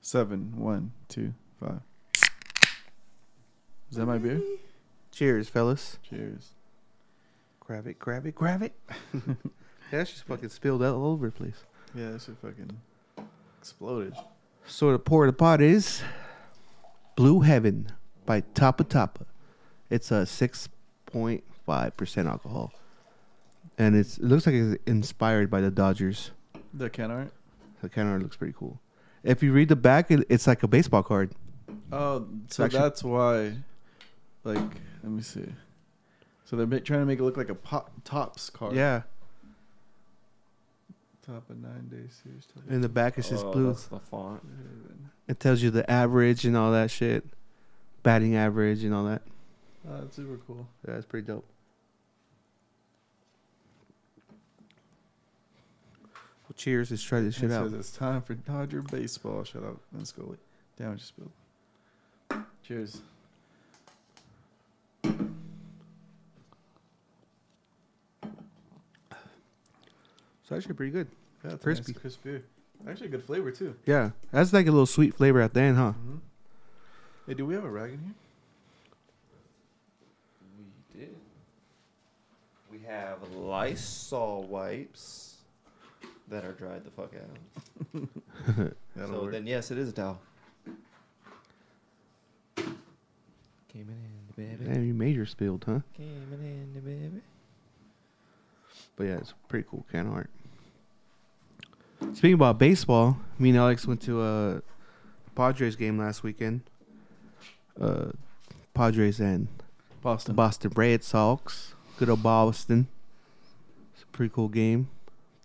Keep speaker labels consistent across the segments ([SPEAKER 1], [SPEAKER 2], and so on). [SPEAKER 1] Seven, one, two, five. Is that my beer?
[SPEAKER 2] Cheers, fellas.
[SPEAKER 1] Cheers.
[SPEAKER 2] Grab it, grab it, grab it. That's just fucking spilled all over the place.
[SPEAKER 1] Yeah, that shit fucking exploded.
[SPEAKER 2] So the pour of the pot is Blue Heaven by Tapa Tapa. It's a 6.5% alcohol. And it's, it looks like it's inspired by the Dodgers.
[SPEAKER 1] The can art?
[SPEAKER 2] The can art looks pretty cool. If you read the back, it, it's like a baseball card.
[SPEAKER 1] Oh, so
[SPEAKER 2] actually-
[SPEAKER 1] that's why. Like, let me see. So they're ma- trying to make it look like a pop, tops
[SPEAKER 3] Oh.
[SPEAKER 1] card.
[SPEAKER 2] Yeah.
[SPEAKER 1] Top of nine day series. Top
[SPEAKER 2] In the back, it says
[SPEAKER 3] Oh,
[SPEAKER 2] blue.
[SPEAKER 3] That's the font.
[SPEAKER 2] It tells you the average and all that shit, batting average and all that.
[SPEAKER 1] Oh, that's super cool.
[SPEAKER 2] Yeah, it's pretty dope. Well, cheers. Let's try this shit
[SPEAKER 1] It
[SPEAKER 2] out.
[SPEAKER 1] says it's time for Dodger baseball. Shut up and Scully. Damn, I just spilled. Cheers.
[SPEAKER 2] It's actually pretty good.
[SPEAKER 1] Yeah, it's a
[SPEAKER 2] Crispy.
[SPEAKER 1] nice crisp beer. Actually, good flavor too.
[SPEAKER 2] Yeah, that's like a little sweet flavor at the end, huh?
[SPEAKER 1] hmm Hey, do we have a rag in here?
[SPEAKER 3] We did. We have Lysol wipes that are dried the fuck out.
[SPEAKER 1] That'll
[SPEAKER 3] so
[SPEAKER 1] work.
[SPEAKER 3] then, yes, it is a towel. Came in, baby.
[SPEAKER 2] Yeah, you major spilled, huh?
[SPEAKER 3] Came in, baby.
[SPEAKER 2] But yeah, it's a pretty cool can of art. Speaking about baseball, me and Alex went to a Padres game last weekend. Uh, Padres and the
[SPEAKER 1] Boston.
[SPEAKER 2] Boston Red Sox. Good old Boston. It's a pretty cool game.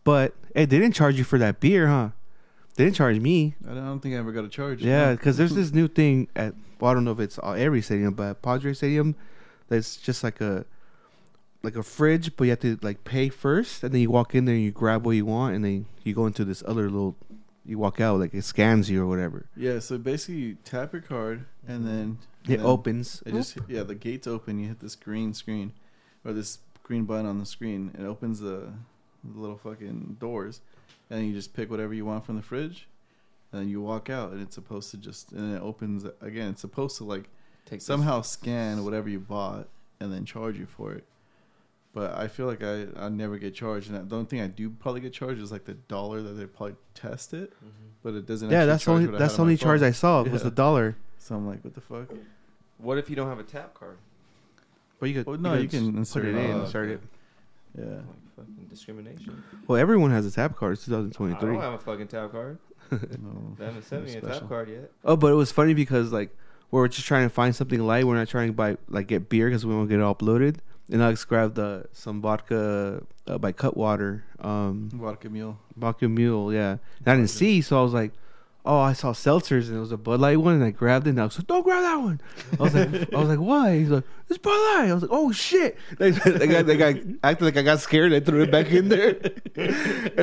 [SPEAKER 2] But hey, they didn't charge you for that beer, huh? They didn't charge me.
[SPEAKER 1] I don't think I ever got a charge.
[SPEAKER 2] Yeah, because there's this new thing at well, I don't know if it's all- every stadium, but at Padre Stadium, that's just like a like a fridge, but you have to like pay first, and then you walk in there and you grab what you want, and then you go into this other little. You walk out like it scans you or whatever.
[SPEAKER 1] Yeah, so basically you tap your card and then
[SPEAKER 2] Mm-hmm. It
[SPEAKER 1] and then
[SPEAKER 2] opens.
[SPEAKER 1] It just yeah, the gates open. You hit this green screen or this green button on the screen. It opens the, the little fucking doors, and you just pick whatever you want from the fridge, and then you walk out. And it's supposed to just and it opens again. It's supposed to like
[SPEAKER 3] Take
[SPEAKER 1] somehow scan whatever you bought and then charge you for it. But I feel like I I never get charged, and the only thing I do probably get charged is like the dollar that they probably test it,
[SPEAKER 3] This. Mhm.
[SPEAKER 1] but it doesn't.
[SPEAKER 2] yeah,
[SPEAKER 1] actually
[SPEAKER 2] that's the
[SPEAKER 1] charge
[SPEAKER 2] only
[SPEAKER 1] what I
[SPEAKER 2] that's
[SPEAKER 1] had
[SPEAKER 2] the
[SPEAKER 1] on my
[SPEAKER 2] only charge
[SPEAKER 1] phone.
[SPEAKER 2] I saw was
[SPEAKER 1] Yeah.
[SPEAKER 2] the dollar.
[SPEAKER 1] So I'm like, what the fuck?
[SPEAKER 3] What if you don't have a tap card?
[SPEAKER 2] But you could
[SPEAKER 1] Well, no, you
[SPEAKER 2] just
[SPEAKER 1] can insert
[SPEAKER 2] put it
[SPEAKER 1] it.
[SPEAKER 2] in,
[SPEAKER 1] Oh,
[SPEAKER 2] insert
[SPEAKER 3] okay.
[SPEAKER 1] Yeah.
[SPEAKER 3] Like fucking discrimination.
[SPEAKER 2] it. Well, everyone has a tap card. It's
[SPEAKER 3] I don't
[SPEAKER 2] 2023.
[SPEAKER 3] have a fucking tap card.
[SPEAKER 1] No,
[SPEAKER 3] They haven't sent me
[SPEAKER 1] nothing
[SPEAKER 3] a
[SPEAKER 1] special.
[SPEAKER 3] tap card yet.
[SPEAKER 2] Oh, but it was funny because like we were just trying to find something light. We're not trying to buy like get beer because we won't get it all bloated. And Alex grabbed uh, some vodka uh, by Cutwater, um,
[SPEAKER 1] Vodka mule.
[SPEAKER 2] vodka mule. Yeah, and I didn't see, so I was like, oh, I saw seltzers and it was a Bud Light one, and I grabbed it. and I was like, don't grab that one. I was like, I was like, why? He's like, it's Bud Light. I was like, oh shit. Like, like, I, like I acted like I got scared. I threw it back in there, and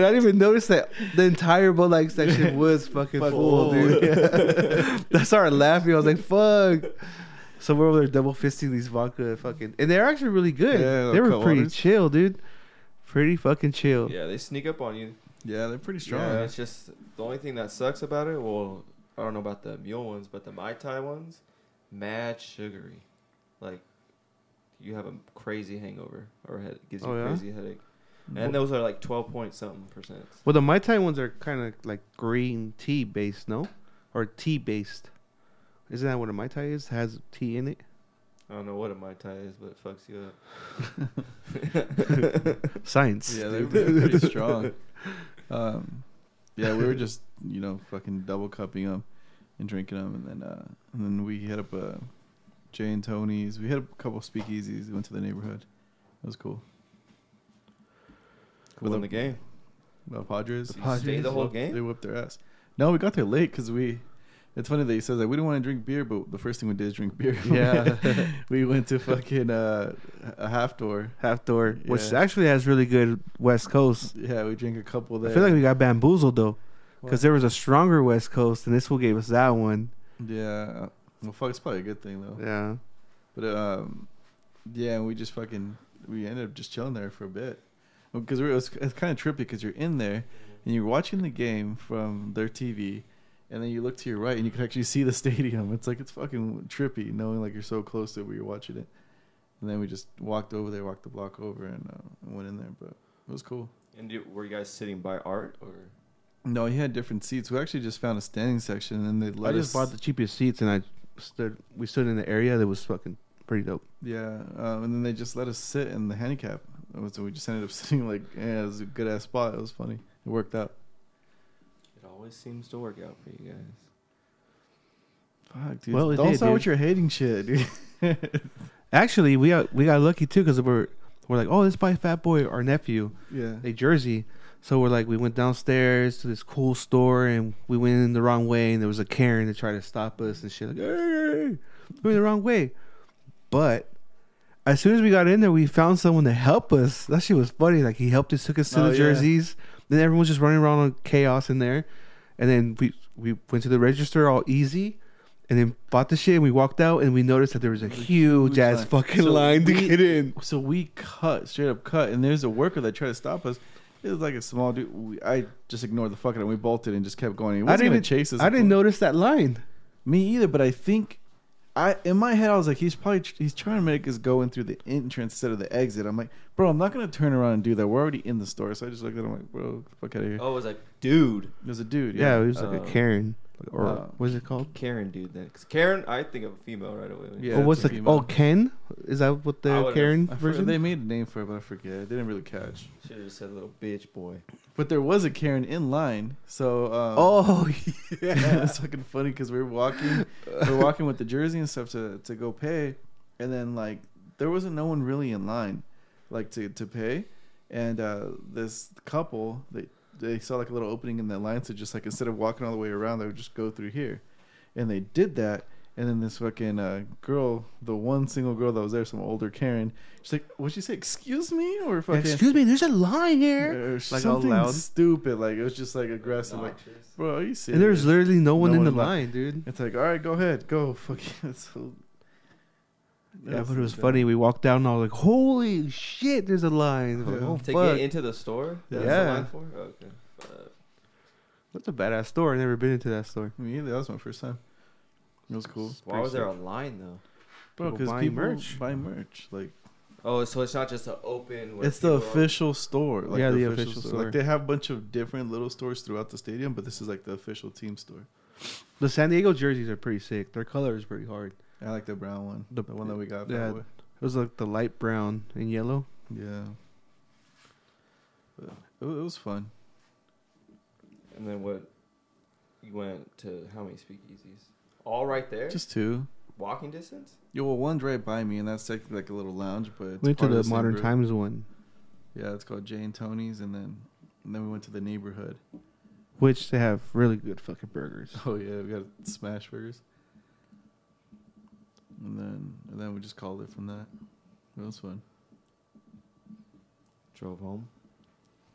[SPEAKER 2] I didn't even notice that the entire Bud Light section was fucking
[SPEAKER 1] Full.
[SPEAKER 2] full, dude. I started laughing. I was like, "Fuck!" So we're over there double fisting these vodka, fucking, and they're actually really good.
[SPEAKER 1] Yeah,
[SPEAKER 2] they were
[SPEAKER 1] cut
[SPEAKER 2] pretty
[SPEAKER 1] waters.
[SPEAKER 2] chill, dude. Pretty fucking
[SPEAKER 1] Oh.
[SPEAKER 2] chill.
[SPEAKER 3] Yeah, they sneak up on you.
[SPEAKER 1] Yeah, they're pretty strong.
[SPEAKER 3] Yeah, it's just the only thing that sucks about it. Well, I don't know about the mule ones, but the Mai Tai ones, mad sugary. Like, you have a crazy hangover or head gives you
[SPEAKER 2] Oh,
[SPEAKER 3] a
[SPEAKER 2] yeah?
[SPEAKER 3] crazy headache. And those are like twelve point something percent.
[SPEAKER 2] Well, the Mai Tai ones are kind of like green tea based, no, or tea based. Isn't that what a Mai Tai is? Has tea in it.
[SPEAKER 3] I don't know what a Mai Tai is, but it fucks you up.
[SPEAKER 2] Science.
[SPEAKER 1] Yeah, they're they're pretty strong. Um, yeah, we were just you know fucking double cupping them and drinking them, and then uh, and then we hit up uh, Jay and Tony's. We hit up a couple speakeasies. We went to the neighborhood. It was cool.
[SPEAKER 3] Cool in the game.
[SPEAKER 1] The Padres.
[SPEAKER 3] The So you Padres. stayed the whole game?
[SPEAKER 1] They whipped their ass. No, we got there late because we. It's funny that he says that we didn't want to drink beer, but the first thing we did is drink beer.
[SPEAKER 2] Yeah.
[SPEAKER 1] we went to fucking uh, a half door.
[SPEAKER 2] Half door, which
[SPEAKER 1] Yeah.
[SPEAKER 2] actually has really good West Coast.
[SPEAKER 1] Yeah, we drank a couple there.
[SPEAKER 2] I feel like we got bamboozled though, because there was a stronger West Coast, and this one gave us that one.
[SPEAKER 1] Yeah. uh, Well, fuck, it's probably a good thing though.
[SPEAKER 2] Yeah.
[SPEAKER 1] But um, yeah, we just fucking we ended up just chilling there for a bit because it was it's kind of trippy because you're in there and you're watching the game from their TV, and then you look to your right and you can actually see the stadium. It's like it's fucking trippy knowing like you're so close to it where you're watching it. And then we just walked over there, walked the block over, and uh, went in there. But it was cool.
[SPEAKER 3] And do, were you guys sitting by art or?
[SPEAKER 1] No, he had different seats. We actually just found a standing section, and they
[SPEAKER 2] I
[SPEAKER 1] let
[SPEAKER 2] just
[SPEAKER 1] us.
[SPEAKER 2] bought the cheapest seats and I stood. We stood in the area that was fucking pretty dope.
[SPEAKER 1] Yeah, um, and then they just let us sit in the handicap. So we just ended up sitting like, yeah, it was a good ass spot. It was funny. It worked out.
[SPEAKER 3] It always seems to work out for you guys.
[SPEAKER 1] Fuck, dude.
[SPEAKER 2] Well, it
[SPEAKER 1] Don't
[SPEAKER 2] did,
[SPEAKER 1] start with
[SPEAKER 2] dude.
[SPEAKER 1] your hating shit, dude.
[SPEAKER 2] Actually, we got we got lucky too because we're we're like, oh, this by Fat Boy, our nephew,
[SPEAKER 1] yeah.
[SPEAKER 2] a jersey. So we're like, we went downstairs to this cool store and we went in the wrong way and there was a Karen that tried to stop us and shit like, hey, we're the wrong way. But as soon as we got in there, we found someone to help us. That shit was funny. Like he helped us, took us to
[SPEAKER 1] Oh,
[SPEAKER 2] the
[SPEAKER 1] yeah.
[SPEAKER 2] jerseys. Then everyone was just running around on chaos in there. And then we we went to the register all easy. And then bought the shit and we walked out and we noticed that there was a huge,
[SPEAKER 1] huge
[SPEAKER 2] ass
[SPEAKER 1] line.
[SPEAKER 2] fucking
[SPEAKER 1] So
[SPEAKER 2] line to
[SPEAKER 1] we-
[SPEAKER 2] get in.
[SPEAKER 1] So we cut, straight up cut, and there's a worker that tried to stop us. It was like a small dude. We, I just ignored the fuck out and we bolted and just kept going. He
[SPEAKER 2] I
[SPEAKER 1] wasn't
[SPEAKER 2] didn't
[SPEAKER 1] gonna
[SPEAKER 2] even
[SPEAKER 1] chase us.
[SPEAKER 2] I didn't notice that line.
[SPEAKER 1] Me either, but I think I in my head I was like, he's probably tr- he's trying to make us go in through the entrance instead of the exit. I'm like, bro, I'm not gonna turn around and do that. We're already in the store, so I just looked at him like, bro, get the fuck out of here.
[SPEAKER 3] Oh, it was like dude,
[SPEAKER 1] There's a dude.
[SPEAKER 2] Yeah, it was like
[SPEAKER 3] Uh,
[SPEAKER 2] a Karen or
[SPEAKER 1] uh,
[SPEAKER 2] what is it called?
[SPEAKER 3] Karen dude. Then 'Cause Karen, I think of a female right away.
[SPEAKER 1] Yeah,
[SPEAKER 2] oh,
[SPEAKER 1] it's
[SPEAKER 2] what's
[SPEAKER 1] a
[SPEAKER 2] the
[SPEAKER 1] female.
[SPEAKER 2] oh Ken? Is that what the
[SPEAKER 3] I would've-
[SPEAKER 2] Karen
[SPEAKER 1] I forgot-
[SPEAKER 2] version?
[SPEAKER 1] they made a name for it, but I forget. I didn't really catch.
[SPEAKER 3] should have just said little bitch boy.
[SPEAKER 1] But there was a Karen in line, so um,
[SPEAKER 2] oh
[SPEAKER 1] it
[SPEAKER 2] yeah.
[SPEAKER 1] was fucking funny because we were walking, we were walking with the jersey and stuff to to go pay, and then like there wasn't no one really in line, like to to pay, and uh, this couple they they saw like a little opening in that line, so just like instead of walking all the way around, they would just go through here, and they did that. And then this fucking uh, girl, the one single girl that was there, some older Karen, she's like, "What'd she say? Excuse me?" Or fucking
[SPEAKER 2] Excuse me, there's a line here.
[SPEAKER 1] or
[SPEAKER 2] all
[SPEAKER 1] something
[SPEAKER 2] loud.
[SPEAKER 1] stupid. Like it was just like aggressive. Like, bro, are you serious?
[SPEAKER 2] And there's literally no one
[SPEAKER 1] No
[SPEAKER 2] in the
[SPEAKER 1] one left.
[SPEAKER 2] line, dude.
[SPEAKER 1] It's like, all right, go ahead, go. Fucking. It's so,
[SPEAKER 2] Yeah, but it was funny. We walked down and I was like, holy shit, there's a line. I'm like,
[SPEAKER 1] Yeah.
[SPEAKER 2] oh,
[SPEAKER 3] to
[SPEAKER 2] fuck.
[SPEAKER 3] get into the store.
[SPEAKER 1] Yeah.
[SPEAKER 3] That's the line for? Okay. Fuck.
[SPEAKER 2] That's a badass store. I've never been into that store.
[SPEAKER 1] Me either. That was my first time. It was cool,
[SPEAKER 3] Why was there a line though?
[SPEAKER 1] bro.
[SPEAKER 2] People
[SPEAKER 1] Because
[SPEAKER 2] buying
[SPEAKER 1] people
[SPEAKER 2] merch.
[SPEAKER 1] buy merch. Like
[SPEAKER 3] Oh, so it's not just an open. where
[SPEAKER 1] it's the
[SPEAKER 3] people are-
[SPEAKER 1] official store. Like,
[SPEAKER 2] Yeah, the official store.
[SPEAKER 1] Like they have a bunch of different little stores throughout the stadium, but this is like the official team store.
[SPEAKER 2] The San Diego jerseys are pretty sick. Their color is pretty hard.
[SPEAKER 1] I like the brown one,
[SPEAKER 2] The-
[SPEAKER 1] the, one that we got.
[SPEAKER 2] yeah.
[SPEAKER 1] Yeah,
[SPEAKER 2] It was like the light brown and yellow.
[SPEAKER 1] yeah. But it, wa- it was fun.
[SPEAKER 3] And then what? You went to how many speakeasies? All right there.
[SPEAKER 1] Just two.
[SPEAKER 3] walking distance.
[SPEAKER 1] Yo, well, one's right by me, and that's technically like a little lounge, but it's
[SPEAKER 2] We went to
[SPEAKER 1] part of
[SPEAKER 2] the
[SPEAKER 1] same
[SPEAKER 2] Modern
[SPEAKER 1] group.
[SPEAKER 2] Times one,
[SPEAKER 1] Yeah, it's called Jay and Tony's, and then and then we went to the neighborhood.
[SPEAKER 2] which they have really good fucking burgers.
[SPEAKER 1] Oh yeah, we got smash burgers. And then and then we just called it from that. It was fun.
[SPEAKER 3] Drove home.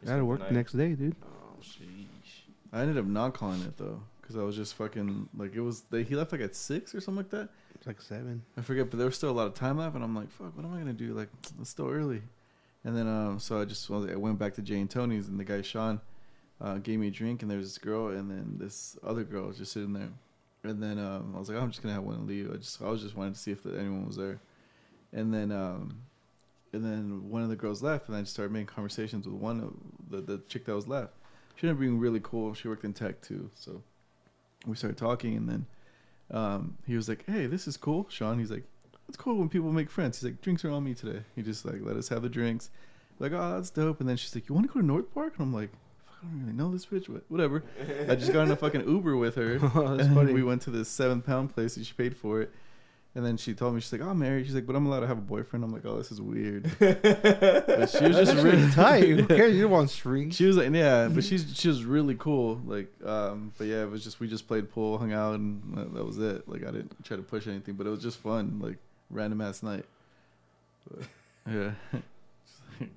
[SPEAKER 2] Gotta work the next day, dude.
[SPEAKER 3] Oh, sheesh.
[SPEAKER 1] I ended up not calling it though, because I was just fucking like it was. They, he left like at six or something like that.
[SPEAKER 2] It's like seven.
[SPEAKER 1] I forget, but there was still a lot of time left, and I'm like, fuck, what am I gonna do? Like, it's still early. And then um, so I just well, I went back to Jay and Tony's, and the guy Sean uh, gave me a drink, and there was this girl, and then this other girl was just sitting there, and then um, I was like, I'm just gonna have one and leave. I just I was just wanting to see if anyone was there, and then um, and then one of the girls left, and I just started making conversations with one of the, the chick that was left. She ended up being really cool. She worked in tech too, so we started talking, and then um, he was like, "Hey, this is cool, Sean." He's like, "It's cool when people make friends." He's like, "Drinks are on me today." He just like let us have the drinks. Like, oh, that's dope. And then she's like, "You want to go to North Park?" And I'm like, Fuck, "I don't really know this bitch, but whatever." I just got in a fucking Uber with her.
[SPEAKER 2] Oh, that's
[SPEAKER 1] and
[SPEAKER 2] funny.
[SPEAKER 1] We went to this seven pound place, and she paid for it. And then she told me she's like, "I'm married." She's like, "But I'm allowed to have a boyfriend." I'm like, "Oh, this is weird." but she was just really
[SPEAKER 2] tight. Who cares? You don't want strings.
[SPEAKER 1] She was like, yeah, but she's she was really cool. Like, um, but yeah, it was just we just played pool, hung out, and that, that was it. Like, I didn't try to push anything, but it was just fun. Like, random ass night. But, yeah.
[SPEAKER 3] So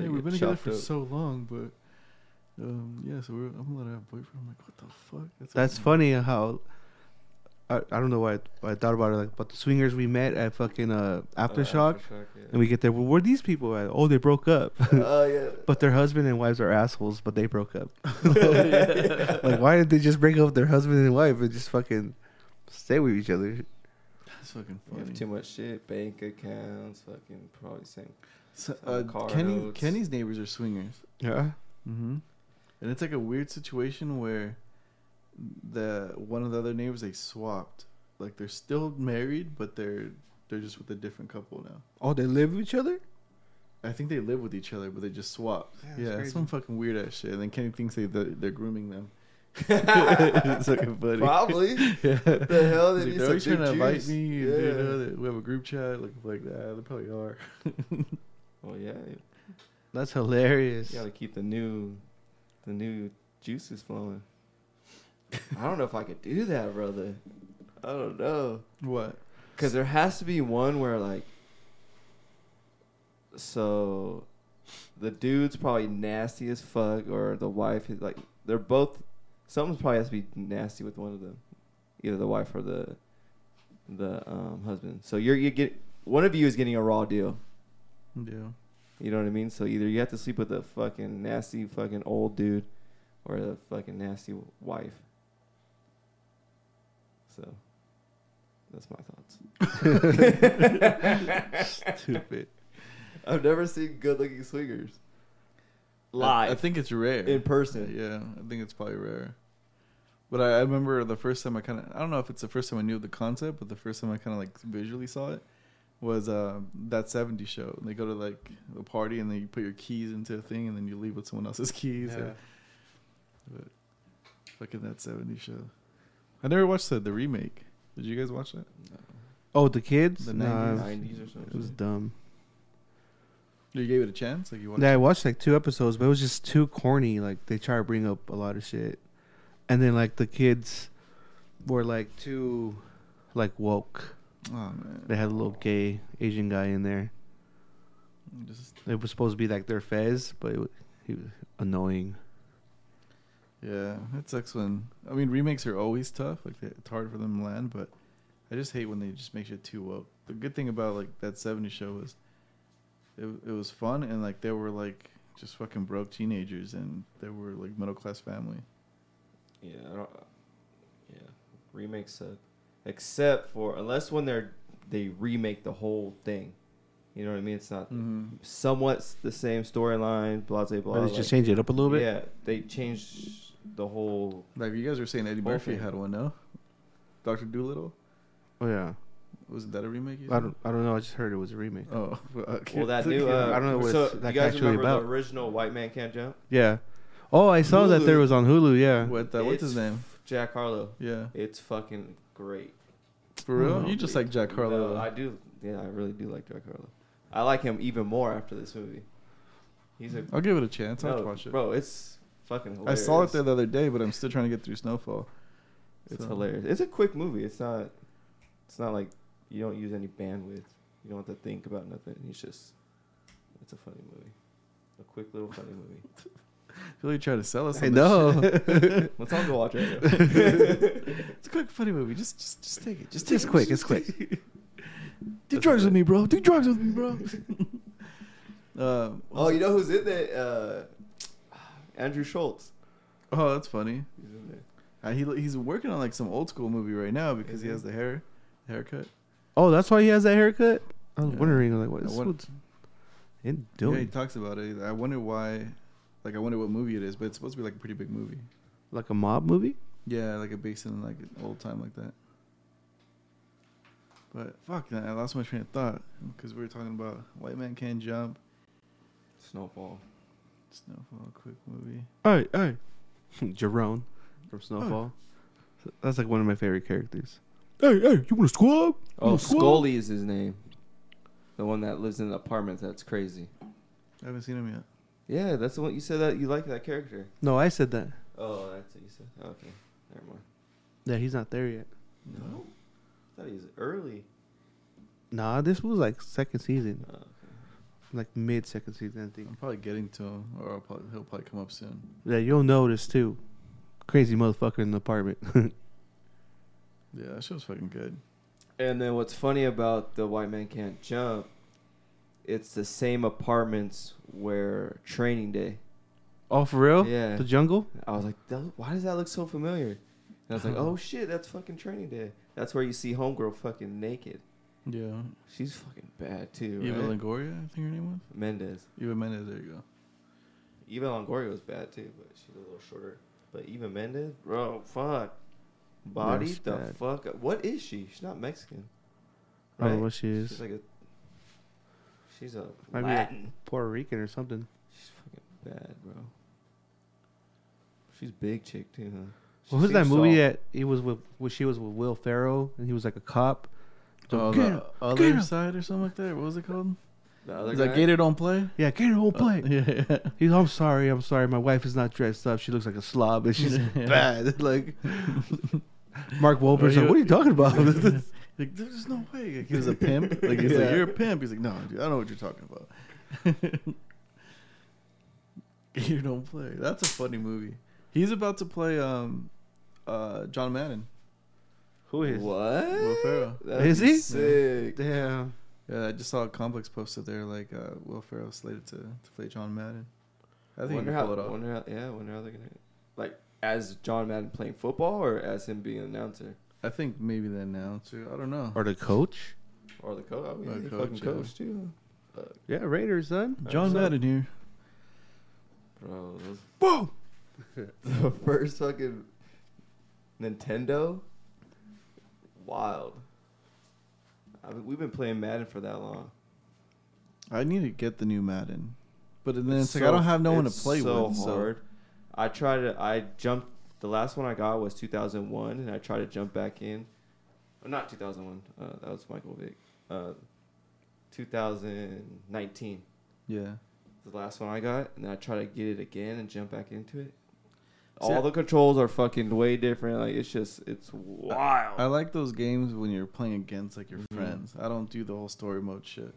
[SPEAKER 1] hey,
[SPEAKER 3] you
[SPEAKER 1] we've
[SPEAKER 3] get
[SPEAKER 1] been together
[SPEAKER 3] chopped
[SPEAKER 1] for
[SPEAKER 3] up.
[SPEAKER 1] so long, but um, yeah. So we're, I'm allowed to have a boyfriend. I'm like, what the fuck?
[SPEAKER 2] That's funny how I, I don't know why I, why I thought about it, like, but the swingers we met at fucking uh, Aftershock, and we get there. Well, where are these people at? Oh, they broke up.
[SPEAKER 3] Oh yeah.
[SPEAKER 2] But their husband and wives are assholes, but they broke up.
[SPEAKER 3] yeah.
[SPEAKER 2] Like, why did they just break up with their husband and wife and just fucking stay with each other?
[SPEAKER 1] That's fucking
[SPEAKER 3] You have
[SPEAKER 1] funny.
[SPEAKER 3] too much shit. Bank accounts, fucking probably same.
[SPEAKER 1] So,
[SPEAKER 3] uh,
[SPEAKER 1] uh,
[SPEAKER 3] car
[SPEAKER 1] Kenny,
[SPEAKER 3] notes.
[SPEAKER 1] Kenny's neighbors are swingers.
[SPEAKER 2] Yeah.
[SPEAKER 1] Mm-hmm. And it's like a weird situation where the one of the other neighbors they swapped. Like they're still married, but they're they're just with a different couple now.
[SPEAKER 2] Oh, they live with each other?
[SPEAKER 1] I think they live with each other, but they just swapped.
[SPEAKER 2] Yeah, that's
[SPEAKER 1] Yeah,
[SPEAKER 2] crazy.
[SPEAKER 1] some fucking weird ass shit. And then Kenny thinks they they're, they're grooming them. it's fucking funny.
[SPEAKER 3] Probably.
[SPEAKER 1] Yeah.
[SPEAKER 3] The hell
[SPEAKER 1] He's
[SPEAKER 3] they
[SPEAKER 1] like, they're
[SPEAKER 3] need some
[SPEAKER 1] always
[SPEAKER 3] big
[SPEAKER 1] trying to invite
[SPEAKER 3] juice.
[SPEAKER 1] me. and
[SPEAKER 3] Yeah.
[SPEAKER 1] da- da- da. We have a group chat. Like like that. They probably are.
[SPEAKER 3] Well, yeah, you
[SPEAKER 2] That's hilarious.
[SPEAKER 3] gotta keep the new, the new juices flowing. I don't know if I could do that, brother. I don't know.
[SPEAKER 1] What?
[SPEAKER 3] Because there has to be one where, like, so the dude's probably nasty as fuck, or the wife is like, they're both, something probably has to be nasty with one of them, either the wife or the the um, husband. So you're you get one of you is getting a raw deal.
[SPEAKER 1] Yeah.
[SPEAKER 3] You know what I mean? So either you have to sleep with a fucking nasty fucking old dude, or a fucking nasty wife. So that's my thoughts.
[SPEAKER 2] Stupid.
[SPEAKER 3] I've never seen good looking swingers.
[SPEAKER 1] I, I think it's rare.
[SPEAKER 3] in person.
[SPEAKER 1] Yeah, I think it's probably rare. But I, I remember the first time I kind of, I don't know if it's the first time I knew the concept, but the first time I kind of like visually saw it was uh, that 70s show. They go to like a party and then you put your keys into a thing and then you leave with someone else's keys. Or, but fucking that 70s show. I never watched the, the remake. Did you guys watch that?
[SPEAKER 2] Oh, the kids?
[SPEAKER 1] The
[SPEAKER 2] Nah,
[SPEAKER 1] 90s.
[SPEAKER 3] Nineties or
[SPEAKER 2] it was
[SPEAKER 3] something.
[SPEAKER 2] dumb.
[SPEAKER 1] You gave it a chance? Like you watched
[SPEAKER 2] Yeah, I watched like two episodes, but it was just too corny. Like they try to bring up a lot of shit, and then like the kids were like too, like woke.
[SPEAKER 1] Oh, man.
[SPEAKER 2] They had a little gay Asian guy in there.
[SPEAKER 1] Just,
[SPEAKER 2] It was supposed to be like their Fez, but it, wa- he was annoying.
[SPEAKER 1] yeah, it sucks when, I mean, remakes are always tough. Like they- it's hard for them to land, but I just hate when they just make shit too woke. The good thing about like that '70s show was, it it was fun and like they were like just fucking broke teenagers and they were like middle class family.
[SPEAKER 3] Yeah, I don't, yeah. Remakes suck, except for unless when they're they remake the whole thing. You know what I mean? It's not
[SPEAKER 1] Mm-hmm.
[SPEAKER 3] somewhat s- the same storyline. Blah blah blah.
[SPEAKER 2] But they
[SPEAKER 3] like-
[SPEAKER 2] just change it up a little bit.
[SPEAKER 3] Yeah, they changed the whole.
[SPEAKER 1] Like you guys were saying, Eddie
[SPEAKER 3] Whole
[SPEAKER 1] Murphy
[SPEAKER 3] thing.
[SPEAKER 1] had one, no? Doctor Doolittle
[SPEAKER 2] Oh yeah.
[SPEAKER 1] wasn't that a remake? you
[SPEAKER 2] I
[SPEAKER 1] said?
[SPEAKER 2] don't. I don't know. I just heard it was a remake.
[SPEAKER 1] Oh, okay.
[SPEAKER 3] Well, that new. Uh,
[SPEAKER 2] I don't know what
[SPEAKER 3] so
[SPEAKER 2] it's, like,
[SPEAKER 3] you guys
[SPEAKER 2] actually
[SPEAKER 3] remember
[SPEAKER 2] about.
[SPEAKER 3] the original White Man Can't Jump?
[SPEAKER 2] Yeah. Oh, I saw that there
[SPEAKER 3] Hulu.
[SPEAKER 2] was on Hulu. Yeah.
[SPEAKER 1] What uh, what's his
[SPEAKER 3] It's
[SPEAKER 1] name?
[SPEAKER 3] Jack Harlow.
[SPEAKER 1] Yeah,
[SPEAKER 3] It's fucking great.
[SPEAKER 1] for real.
[SPEAKER 2] No,
[SPEAKER 1] you just like Jack Harlow.
[SPEAKER 3] No, I do. Yeah, I really do like Jack Harlow. I like him even more after this movie. He's a
[SPEAKER 1] I'll give it a chance. I'll
[SPEAKER 3] no,
[SPEAKER 1] watch it.
[SPEAKER 3] bro. It's fucking.
[SPEAKER 1] I
[SPEAKER 3] Hilarious.
[SPEAKER 1] saw it there the other day, but I'm still trying to get through Snowfall.
[SPEAKER 3] It's
[SPEAKER 1] so.
[SPEAKER 3] hilarious. It's a quick movie. It's not. It's not like you don't use any bandwidth. You don't have to think about nothing. It's just. It's a funny movie. A quick little funny movie.
[SPEAKER 1] Really trying to sell us.
[SPEAKER 2] I
[SPEAKER 1] on this
[SPEAKER 2] know.
[SPEAKER 3] Let's all go watch it.
[SPEAKER 1] It's a quick, funny movie. Just, just, just take it. Just take
[SPEAKER 2] It's
[SPEAKER 1] it.
[SPEAKER 2] quick.
[SPEAKER 1] Just
[SPEAKER 2] It's quick.
[SPEAKER 1] Do drugs with me, bro. Do drugs with me, bro. um,
[SPEAKER 3] Oh, you know who's in there? Uh, Andrew Schultz.
[SPEAKER 1] oh, that's funny.
[SPEAKER 3] He's in there.
[SPEAKER 1] Uh, he he's working on like some old school movie right now because
[SPEAKER 3] Is
[SPEAKER 1] he
[SPEAKER 3] he?
[SPEAKER 1] has the hair, haircut.
[SPEAKER 2] Oh, that's why he has that haircut. I was
[SPEAKER 1] Yeah.
[SPEAKER 2] wondering, like, what
[SPEAKER 1] I
[SPEAKER 2] is
[SPEAKER 1] won-
[SPEAKER 2] what's it
[SPEAKER 1] Yeah, he
[SPEAKER 2] doing?
[SPEAKER 1] talks about it. I wonder why. Like, I wonder what movie it is, but it's supposed to be like a pretty big movie.
[SPEAKER 2] Like a mob movie?
[SPEAKER 1] Yeah, like a based in like an old time like that. But fuck, I lost my train of thought because we were talking about White Man Can't Jump,
[SPEAKER 3] Snowfall.
[SPEAKER 1] Snowfall, quick movie.
[SPEAKER 2] Hey, hey, Jerome from Snowfall. That's like one of my favorite characters. Hey, hey, you want to squab?
[SPEAKER 3] Oh, Scully is his name. The one that lives in the apartment. That's crazy.
[SPEAKER 1] I haven't seen him yet.
[SPEAKER 3] Yeah, that's the one you said that you like that character.
[SPEAKER 2] No, I said that.
[SPEAKER 3] Oh, that's what you said. Okay, never mind.
[SPEAKER 2] Yeah, he's not there yet.
[SPEAKER 3] No, I thought he was early.
[SPEAKER 2] Nah, this was like second season,
[SPEAKER 3] Oh, okay.
[SPEAKER 2] like mid second season, I think.
[SPEAKER 1] I'm probably getting to him, or I'll probably, he'll probably come up soon.
[SPEAKER 2] Yeah, you'll notice too. Crazy motherfucker in the apartment.
[SPEAKER 1] Yeah, that show's fucking good.
[SPEAKER 3] And then what's funny about the White Man Can't Jump, it's the same apartments where Training Day.
[SPEAKER 2] Oh, for real?
[SPEAKER 3] Yeah.
[SPEAKER 2] The jungle?
[SPEAKER 3] I was like, "That- why does that look so familiar? And I was like, oh shit, that's fucking Training Day. That's where you see Homegirl fucking naked.
[SPEAKER 1] Yeah.
[SPEAKER 3] She's fucking bad too,
[SPEAKER 1] Eva
[SPEAKER 3] right?
[SPEAKER 1] Longoria, I think her name was.
[SPEAKER 3] Mendez.
[SPEAKER 1] Eva Mendes, there you go.
[SPEAKER 3] Eva Longoria was bad too, but she's a little shorter. But Eva Mendez, bro, fuck. Body
[SPEAKER 2] she's
[SPEAKER 3] the
[SPEAKER 2] bad.
[SPEAKER 3] fuck. up. What is she? She's not Mexican.
[SPEAKER 2] I don't
[SPEAKER 3] Right?
[SPEAKER 2] know what Oh, she is.
[SPEAKER 3] She's like a. She's a
[SPEAKER 2] Might be like-
[SPEAKER 3] Latin.
[SPEAKER 2] Puerto Rican or something.
[SPEAKER 3] She's fucking bad, bro. She's big chick too, huh? She
[SPEAKER 2] What was that
[SPEAKER 3] seems
[SPEAKER 2] movie
[SPEAKER 3] soft.
[SPEAKER 2] that he was with? Where she was with Will Ferrell and he was like a cop. So,
[SPEAKER 1] Oh,
[SPEAKER 2] get
[SPEAKER 1] the
[SPEAKER 2] him,
[SPEAKER 1] other
[SPEAKER 2] get him.
[SPEAKER 1] side or something like that. What was it called?
[SPEAKER 3] The other
[SPEAKER 1] Is
[SPEAKER 3] guy?
[SPEAKER 1] that Gator Don't Play?
[SPEAKER 2] Yeah, get him, will play.
[SPEAKER 1] Yeah, yeah.
[SPEAKER 2] He's, I'm sorry, I'm sorry. My wife is not dressed up. She looks like a slob and she's
[SPEAKER 1] Yeah.
[SPEAKER 2] bad. Like Mark Wahlberg's
[SPEAKER 1] Or
[SPEAKER 2] like,
[SPEAKER 1] you-
[SPEAKER 2] what are you talking about?
[SPEAKER 1] like, there's no way. Like, he was a pimp. Like, he's like,
[SPEAKER 3] Yeah.
[SPEAKER 1] you're a pimp. He's like, no, dude, I know what you're talking about. you don't play. That's a funny movie. He's about to play um, uh, John Madden.
[SPEAKER 2] Who
[SPEAKER 3] What?
[SPEAKER 1] Will Ferrell.
[SPEAKER 3] That'd
[SPEAKER 2] Is
[SPEAKER 3] be
[SPEAKER 2] he?
[SPEAKER 3] Sick.
[SPEAKER 2] Damn.
[SPEAKER 1] Yeah, I just saw a complex posted there. Like, uh, Will Ferrell slated to, to play John Madden. I think
[SPEAKER 3] wonder
[SPEAKER 1] he
[SPEAKER 3] how.
[SPEAKER 1] can pull it off.
[SPEAKER 3] Wonder how. Yeah. Wonder how they're gonna like as John Madden playing football or as him being an announcer
[SPEAKER 1] I think maybe the announcer. I don't know.
[SPEAKER 2] Or the coach?
[SPEAKER 3] or the coach. I mean,
[SPEAKER 1] Or
[SPEAKER 3] he
[SPEAKER 1] coach,
[SPEAKER 3] fucking
[SPEAKER 1] yeah.
[SPEAKER 3] coach too.
[SPEAKER 2] Yeah, Raiders, son.
[SPEAKER 1] John Madden here.
[SPEAKER 3] Bro, those,
[SPEAKER 2] Whoa.
[SPEAKER 3] the first fucking Nintendo. Wild. I mean, we've been playing Madden for that long.
[SPEAKER 1] I need to get the new Madden. But then it's, like I don't have no one to
[SPEAKER 3] it's
[SPEAKER 1] play
[SPEAKER 3] so
[SPEAKER 1] with.
[SPEAKER 3] Hard. I tried to. I jumped. The last one I got was 2001, and I tried to jump back in. Oh, not 2001. Uh, that was Michael Vick. Uh, 2019
[SPEAKER 1] So yeah.
[SPEAKER 3] was the last one I got, and then I tried to get it again and jump back into it.
[SPEAKER 1] See, I-
[SPEAKER 3] All the controls are fucking way different. Like it's just it's wild.
[SPEAKER 1] I like those games when you're playing against like your
[SPEAKER 3] Mhm.
[SPEAKER 1] friends. I don't do the whole story mode shit.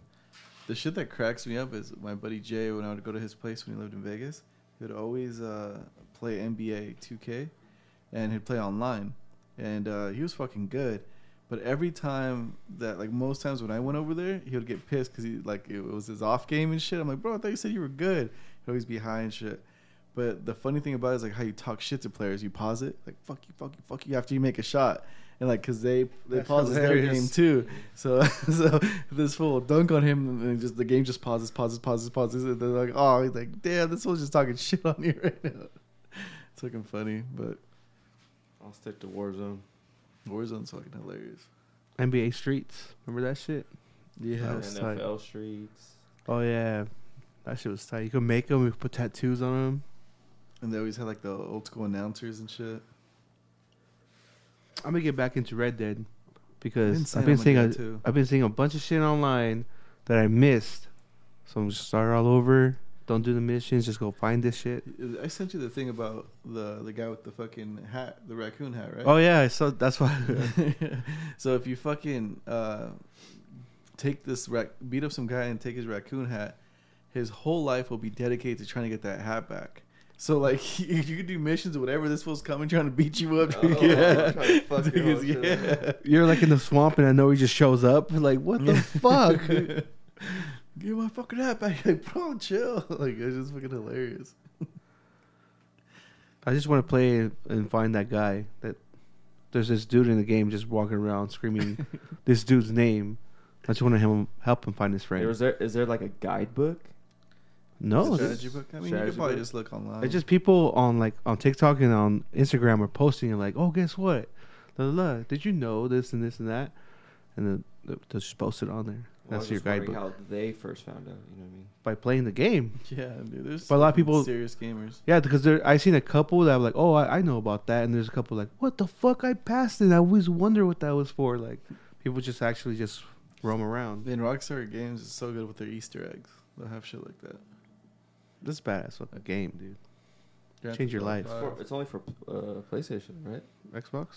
[SPEAKER 1] The shit that cracks me up is my buddy Jay. When I would go to his place when he lived in Vegas, he would always uh, play NBA 2K, and he'd play online, and uh, he was fucking good. But every time that, like most times when I went over there, he would get pissed because he like it was his off game and shit. I'm like, bro, I thought you said you were good. He'd always be high and shit. But the funny thing about it is like how you talk shit to players. You pause it, like fuck you, fuck you, fuck you after you make a shot, and like because they they
[SPEAKER 2] That's
[SPEAKER 1] pause their
[SPEAKER 2] hilarious.
[SPEAKER 1] game too. So so this fool will dunk on him and just the game just pauses, pauses, pauses, pauses. And they're like, oh, he's like, damn, this fool's just talking shit on you right now. It's fucking funny, but
[SPEAKER 3] I'll stick to Warzone.
[SPEAKER 1] Warzone's fucking hilarious.
[SPEAKER 2] NBA Streets. Remember that shit?
[SPEAKER 1] Yeah,
[SPEAKER 2] That was tight.
[SPEAKER 3] NFL streets.
[SPEAKER 2] Oh yeah. That shit was tight. You could make them, you could put tattoos on them.
[SPEAKER 1] and they always had like the old school announcers and shit.
[SPEAKER 2] I'm gonna get back into Red Dead
[SPEAKER 1] I've been
[SPEAKER 2] because
[SPEAKER 1] saying
[SPEAKER 2] I've
[SPEAKER 1] I'm
[SPEAKER 2] been
[SPEAKER 1] gonna
[SPEAKER 2] seeing
[SPEAKER 1] do
[SPEAKER 2] a,
[SPEAKER 1] that too.
[SPEAKER 2] I've been seeing a bunch of shit online that I missed. So I'm just start all over. Don't do the missions. Just go find this shit.
[SPEAKER 1] I sent you the thing about the the guy with the fucking hat, the raccoon hat, right?
[SPEAKER 2] Oh yeah, I saw. That's why.
[SPEAKER 1] so if you fucking uh, take this rac- beat up some guy and take his raccoon hat, his whole life will be dedicated to trying to get that hat back. So like you, you could do missions or whatever. This fool's coming trying to beat you up.
[SPEAKER 3] Oh,
[SPEAKER 1] yeah.
[SPEAKER 3] I'm trying to fuck your whole
[SPEAKER 1] Because,
[SPEAKER 3] shit up.
[SPEAKER 1] yeah.
[SPEAKER 2] You're like in the swamp, and I know he just shows up. Like what the fuck?
[SPEAKER 1] Give my fucking hat back. Like, bro, chill. Like, it's just fucking hilarious.
[SPEAKER 2] I just want to play and find that guy. That there's this dude in the game just walking around screaming this dude's name. I just want to help him, help him find his friend.
[SPEAKER 3] Is there is there like a guidebook?
[SPEAKER 2] no,
[SPEAKER 1] strategy
[SPEAKER 2] it's-
[SPEAKER 1] book. I mean, you
[SPEAKER 3] strategy
[SPEAKER 1] could probably
[SPEAKER 3] book?
[SPEAKER 1] just look online.
[SPEAKER 2] It's just people on like on TikTok and on Instagram are posting and like, oh, guess what? La, la, la. Did you know this and this and that? And then they'll they'll just post it on there.
[SPEAKER 3] Well, I was
[SPEAKER 2] That's your
[SPEAKER 3] just wondering
[SPEAKER 2] guidebook
[SPEAKER 3] How they first found out, you know what I mean?
[SPEAKER 2] by playing the game.
[SPEAKER 1] yeah, dude. There's
[SPEAKER 2] But a lot of
[SPEAKER 1] fucking
[SPEAKER 2] people-
[SPEAKER 1] serious gamers.
[SPEAKER 2] Yeah, because there I seen a couple that were like, oh, I, I know about that, and there's a couple like, what the fuck? I passed it. I always wonder what that was for. Like, people just actually just roam around.
[SPEAKER 1] Man, Rockstar Games is so good with their Easter eggs. They'll have shit like that.
[SPEAKER 2] That's badass with a game, dude.
[SPEAKER 1] Grand
[SPEAKER 2] Change your
[SPEAKER 1] Theft
[SPEAKER 2] life.
[SPEAKER 1] Auto
[SPEAKER 3] It's,
[SPEAKER 1] five.
[SPEAKER 3] for, it's only for uh, PlayStation, right?
[SPEAKER 2] Xbox.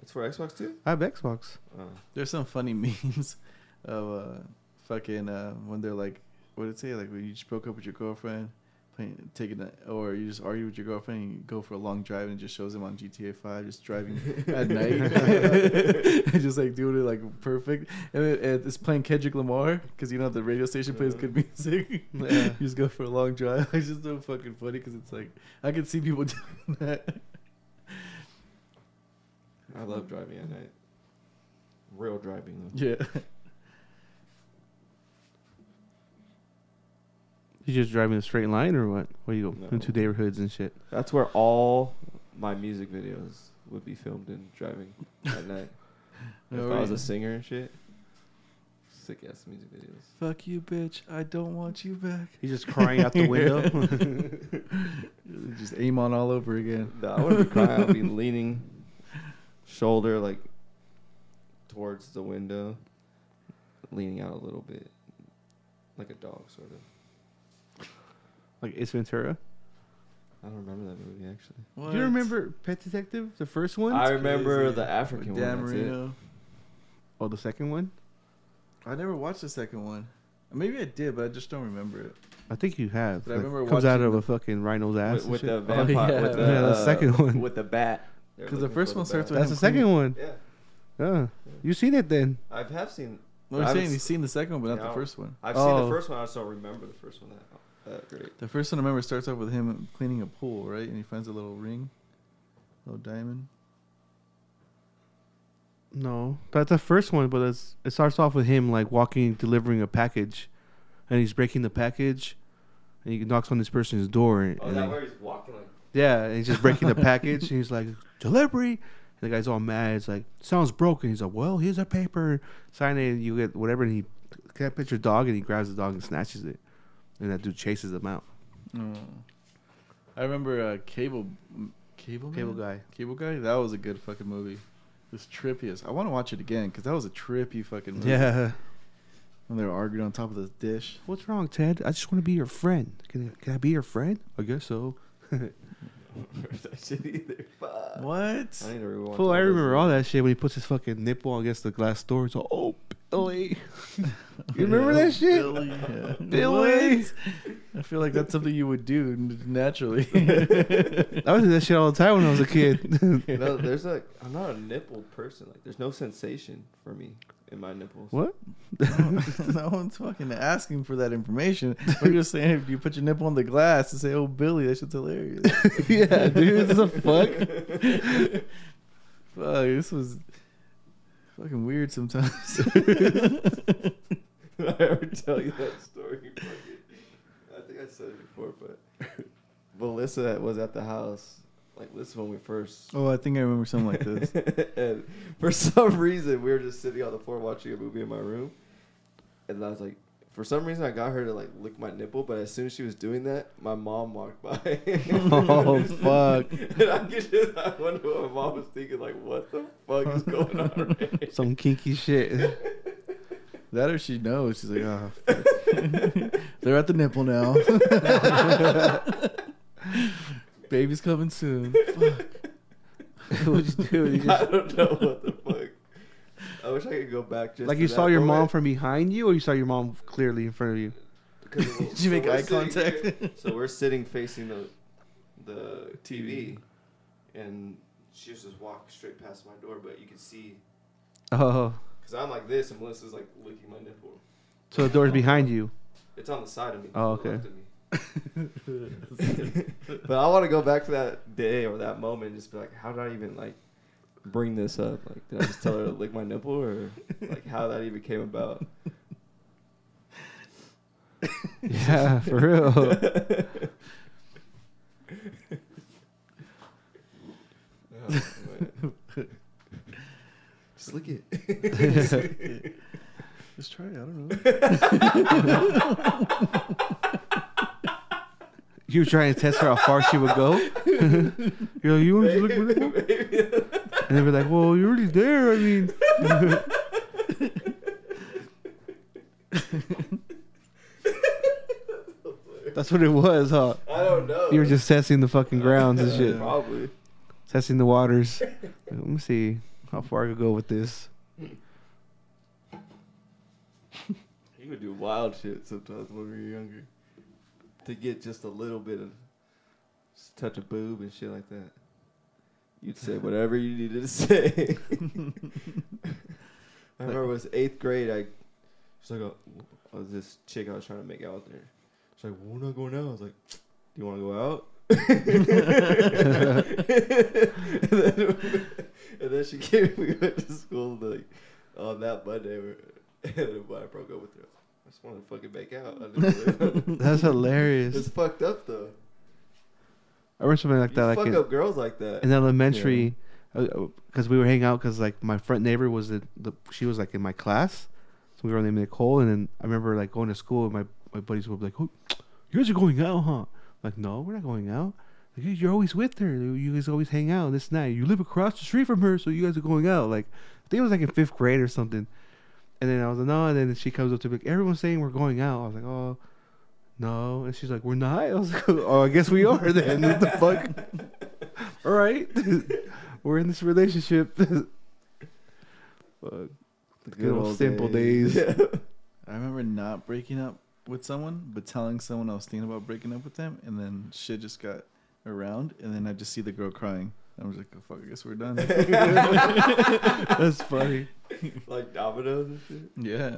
[SPEAKER 3] It's for Xbox too.
[SPEAKER 2] I have Xbox.
[SPEAKER 3] Uh,
[SPEAKER 1] There's some funny memes of uh, fucking uh, when they're like, what did it say? Like when you just broke up with your girlfriend, playing, taking that, or you just argue with your girlfriend and you go for a long drive and it just shows him on GTA Five just driving at night, just like doing it like perfect, and it, and it's playing Kendrick Lamar because you know the radio station plays good music.
[SPEAKER 2] Yeah.
[SPEAKER 1] you just go for a long drive. It's just so fucking funny because it's like I can see people doing that.
[SPEAKER 3] I love driving at night. Real driving though.
[SPEAKER 1] Yeah,
[SPEAKER 2] You just driving a straight line or what? Where you go
[SPEAKER 3] No.
[SPEAKER 2] into neighborhoods and shit.
[SPEAKER 3] That's where all my music videos would be filmed in driving at night. if I was a singer and shit, sick ass music videos.
[SPEAKER 1] fuck you, bitch. I don't want you back.
[SPEAKER 2] He's just crying out the window.
[SPEAKER 1] Just aim on all over again.
[SPEAKER 3] No, I wouldn't be crying. I'd be leaning, shoulder like towards the window, leaning out a little bit, like a dog sort of.
[SPEAKER 2] like Ace Ventura.
[SPEAKER 3] I don't remember that movie actually.
[SPEAKER 2] Do you remember Pet Detective, the first one?
[SPEAKER 3] I remember
[SPEAKER 1] crazy.
[SPEAKER 3] the African
[SPEAKER 1] With
[SPEAKER 3] one.
[SPEAKER 1] Dan
[SPEAKER 3] that's it.
[SPEAKER 1] Marino.
[SPEAKER 2] oh, the second one.
[SPEAKER 1] I never watched the second one. Maybe I did, but I just don't remember it.
[SPEAKER 2] I think you have.
[SPEAKER 1] But I
[SPEAKER 2] Like,
[SPEAKER 1] remember
[SPEAKER 2] comes out
[SPEAKER 1] watching
[SPEAKER 2] of
[SPEAKER 1] the-
[SPEAKER 2] a fucking rhino's
[SPEAKER 3] with,
[SPEAKER 2] ass.
[SPEAKER 3] with
[SPEAKER 2] and
[SPEAKER 3] the
[SPEAKER 2] shit. Oh,
[SPEAKER 3] vampire,
[SPEAKER 1] yeah.
[SPEAKER 3] with the,
[SPEAKER 2] Yeah, the
[SPEAKER 3] uh,
[SPEAKER 2] second one.
[SPEAKER 3] with the bat.
[SPEAKER 1] 'Cause the first one starts with-
[SPEAKER 2] That's the
[SPEAKER 1] Clean.
[SPEAKER 2] second one.
[SPEAKER 3] Yeah,
[SPEAKER 2] Yeah. You seen it then?
[SPEAKER 3] I have seen.
[SPEAKER 1] No, I'm
[SPEAKER 3] I
[SPEAKER 1] saying
[SPEAKER 3] was-
[SPEAKER 1] he's seen the second one, but not
[SPEAKER 3] No.
[SPEAKER 1] the first one.
[SPEAKER 3] I've seen
[SPEAKER 2] Oh.
[SPEAKER 3] the first one. I just don't remember the first one that, that great.
[SPEAKER 1] The first one I remember starts off with him cleaning a pool, right? And he finds a little ring, little diamond.
[SPEAKER 2] No, that's the first one. But it's, it starts off with him like walking, delivering a package, and he's breaking the package, and he knocks on this person's door. And,
[SPEAKER 3] Oh, is
[SPEAKER 2] and
[SPEAKER 3] that
[SPEAKER 2] he-
[SPEAKER 3] where he's walking like?
[SPEAKER 2] yeah, and he's just breaking the package, and he's like delivery. And the guy's all mad. It's like sounds broken. He's like, well, here's a paper. Sign it. And you get whatever. And he can't pitch your dog, and he grabs the dog and snatches it. And that dude chases him out.
[SPEAKER 1] Oh. I remember uh, Cable, Cable,
[SPEAKER 2] Cable
[SPEAKER 1] Man?
[SPEAKER 2] guy.
[SPEAKER 1] Cable Guy. That was a good fucking movie. It was trippy as I want to watch it again because that was a trippy fucking movie.
[SPEAKER 2] Yeah.
[SPEAKER 1] When they were arguing on top of the dish.
[SPEAKER 2] What's wrong, Ted? I just want to be your friend. Can I, can I be your friend? I guess so.
[SPEAKER 3] that shit either. Fuck.
[SPEAKER 1] What?
[SPEAKER 3] I need to rewatch.
[SPEAKER 2] Fool,
[SPEAKER 3] all
[SPEAKER 2] I
[SPEAKER 3] those
[SPEAKER 2] remember all
[SPEAKER 3] movies.
[SPEAKER 2] that shit when he puts his fucking nipple against the glass door. It's all, oh, Billy. You remember that shit?
[SPEAKER 1] Billy. yeah.
[SPEAKER 2] Billy.
[SPEAKER 1] What? I feel like that's something you would do n- naturally.
[SPEAKER 2] I was do that shit all the time when I was a kid.
[SPEAKER 3] no, there's like I'm not a nipple person. Like there's no sensation for me in my nipples.
[SPEAKER 2] what?
[SPEAKER 1] no, no one's fucking asking for that information. I'm just saying, if you put your nipple on the glass and say, "Oh, Billy," that shit's hilarious.
[SPEAKER 2] yeah, dude, it's a fuck.
[SPEAKER 1] Fuck, this was fucking weird sometimes.
[SPEAKER 3] Did I ever tell you that story? Fucking- I think I said it before, but Melissa was at the house. Like this is when we first.
[SPEAKER 1] oh, I think I remember something like this.
[SPEAKER 3] and for some reason, we were just sitting on the floor watching a movie in my room, and I was like, for some reason, I got her to like lick my nipple, but as soon as she was doing that, my mom walked by.
[SPEAKER 2] Oh, fuck.
[SPEAKER 3] And I could just, I wonder what my mom was thinking, like, what the fuck is going on? Right? here?
[SPEAKER 2] Some kinky shit.
[SPEAKER 1] That or she knows. She's like,
[SPEAKER 3] "Ah,
[SPEAKER 1] oh, fuck." they're at the nipple now. Baby's coming soon. Fuck.
[SPEAKER 2] What'd you do? You
[SPEAKER 3] I
[SPEAKER 2] just,
[SPEAKER 3] don't know what the fuck. I wish I could go back just
[SPEAKER 2] like
[SPEAKER 3] to
[SPEAKER 2] you
[SPEAKER 3] that
[SPEAKER 2] saw your mom
[SPEAKER 3] moment.
[SPEAKER 2] from behind you, or you saw your mom clearly in front of you?
[SPEAKER 3] Because of-
[SPEAKER 1] Did you make
[SPEAKER 3] we're
[SPEAKER 1] eye
[SPEAKER 3] sitting
[SPEAKER 1] contact?
[SPEAKER 3] here- so we're sitting facing the the TV, and she was just walked straight past my door, but you could see
[SPEAKER 2] Oh,
[SPEAKER 3] because I'm like this, and Melissa's like licking my nipple.
[SPEAKER 2] so the door's behind you.
[SPEAKER 3] It's on the side of me.
[SPEAKER 2] Oh,
[SPEAKER 3] to the
[SPEAKER 2] okay.
[SPEAKER 3] left of me. but I want to go back to that day or that moment and just be like, how did I even like bring this up? Like, did I just tell her to lick my nipple or like how that even came about?
[SPEAKER 2] Yeah, for real.
[SPEAKER 3] just lick it.
[SPEAKER 1] Just try it. I don't know.
[SPEAKER 2] You were trying to test her how far she would go. You're like, you want to look with it? And they were like, well, you're already there. I mean, that's what it was, huh?
[SPEAKER 3] I don't know.
[SPEAKER 2] You were just testing the fucking grounds and shit,
[SPEAKER 3] Probably.
[SPEAKER 2] testing the waters. Let me see how far I could go with this.
[SPEAKER 3] You would do wild shit sometimes when we were younger. to get just a little bit of just touch a boob and shit like that. You'd say whatever you needed to say. I remember it was eighth grade. I she's like, a, was this chick I was trying to make out with her. She's like, we're not going out. I was like, do you want to go out? and, then, and then she came. We went to school like on that Monday. We're, and then I broke up with her. I just wanted to fucking make out. I didn't really-
[SPEAKER 2] That's
[SPEAKER 3] it's
[SPEAKER 2] hilarious.
[SPEAKER 3] fucked up though.
[SPEAKER 2] I remember something like
[SPEAKER 3] You
[SPEAKER 2] that, like
[SPEAKER 3] fuck
[SPEAKER 2] in,
[SPEAKER 3] up girls like that.
[SPEAKER 2] in elementary, because we were hanging out because like my front neighbor was the, the she was like in my class, so we were named Nicole, and then I remember like going to school and my my buddies would be like, oh, "You guys are going out, huh?" like, no, we're not going out. Like, "You- you're always with her. You guys always hang out this night. You live across the street from her, so you guys are going out. Like, I think it was like in fifth grade or something. And then I was like, no. And then she comes up to me, like, everyone's saying we're going out. I was like, oh, no. And she's like, we're not. I was like, oh, I guess we are then. what the fuck? All right. we're in this relationship. Fuck.
[SPEAKER 3] The
[SPEAKER 2] good old simple days.
[SPEAKER 3] Yeah.
[SPEAKER 1] I remember not breaking up with someone, but telling someone I was thinking about breaking up with them, and then shit just got around, and then I just see the girl crying. I was like, oh, fuck, I guess we're done.
[SPEAKER 2] That's funny.
[SPEAKER 3] like dominoes and shit.
[SPEAKER 1] yeah.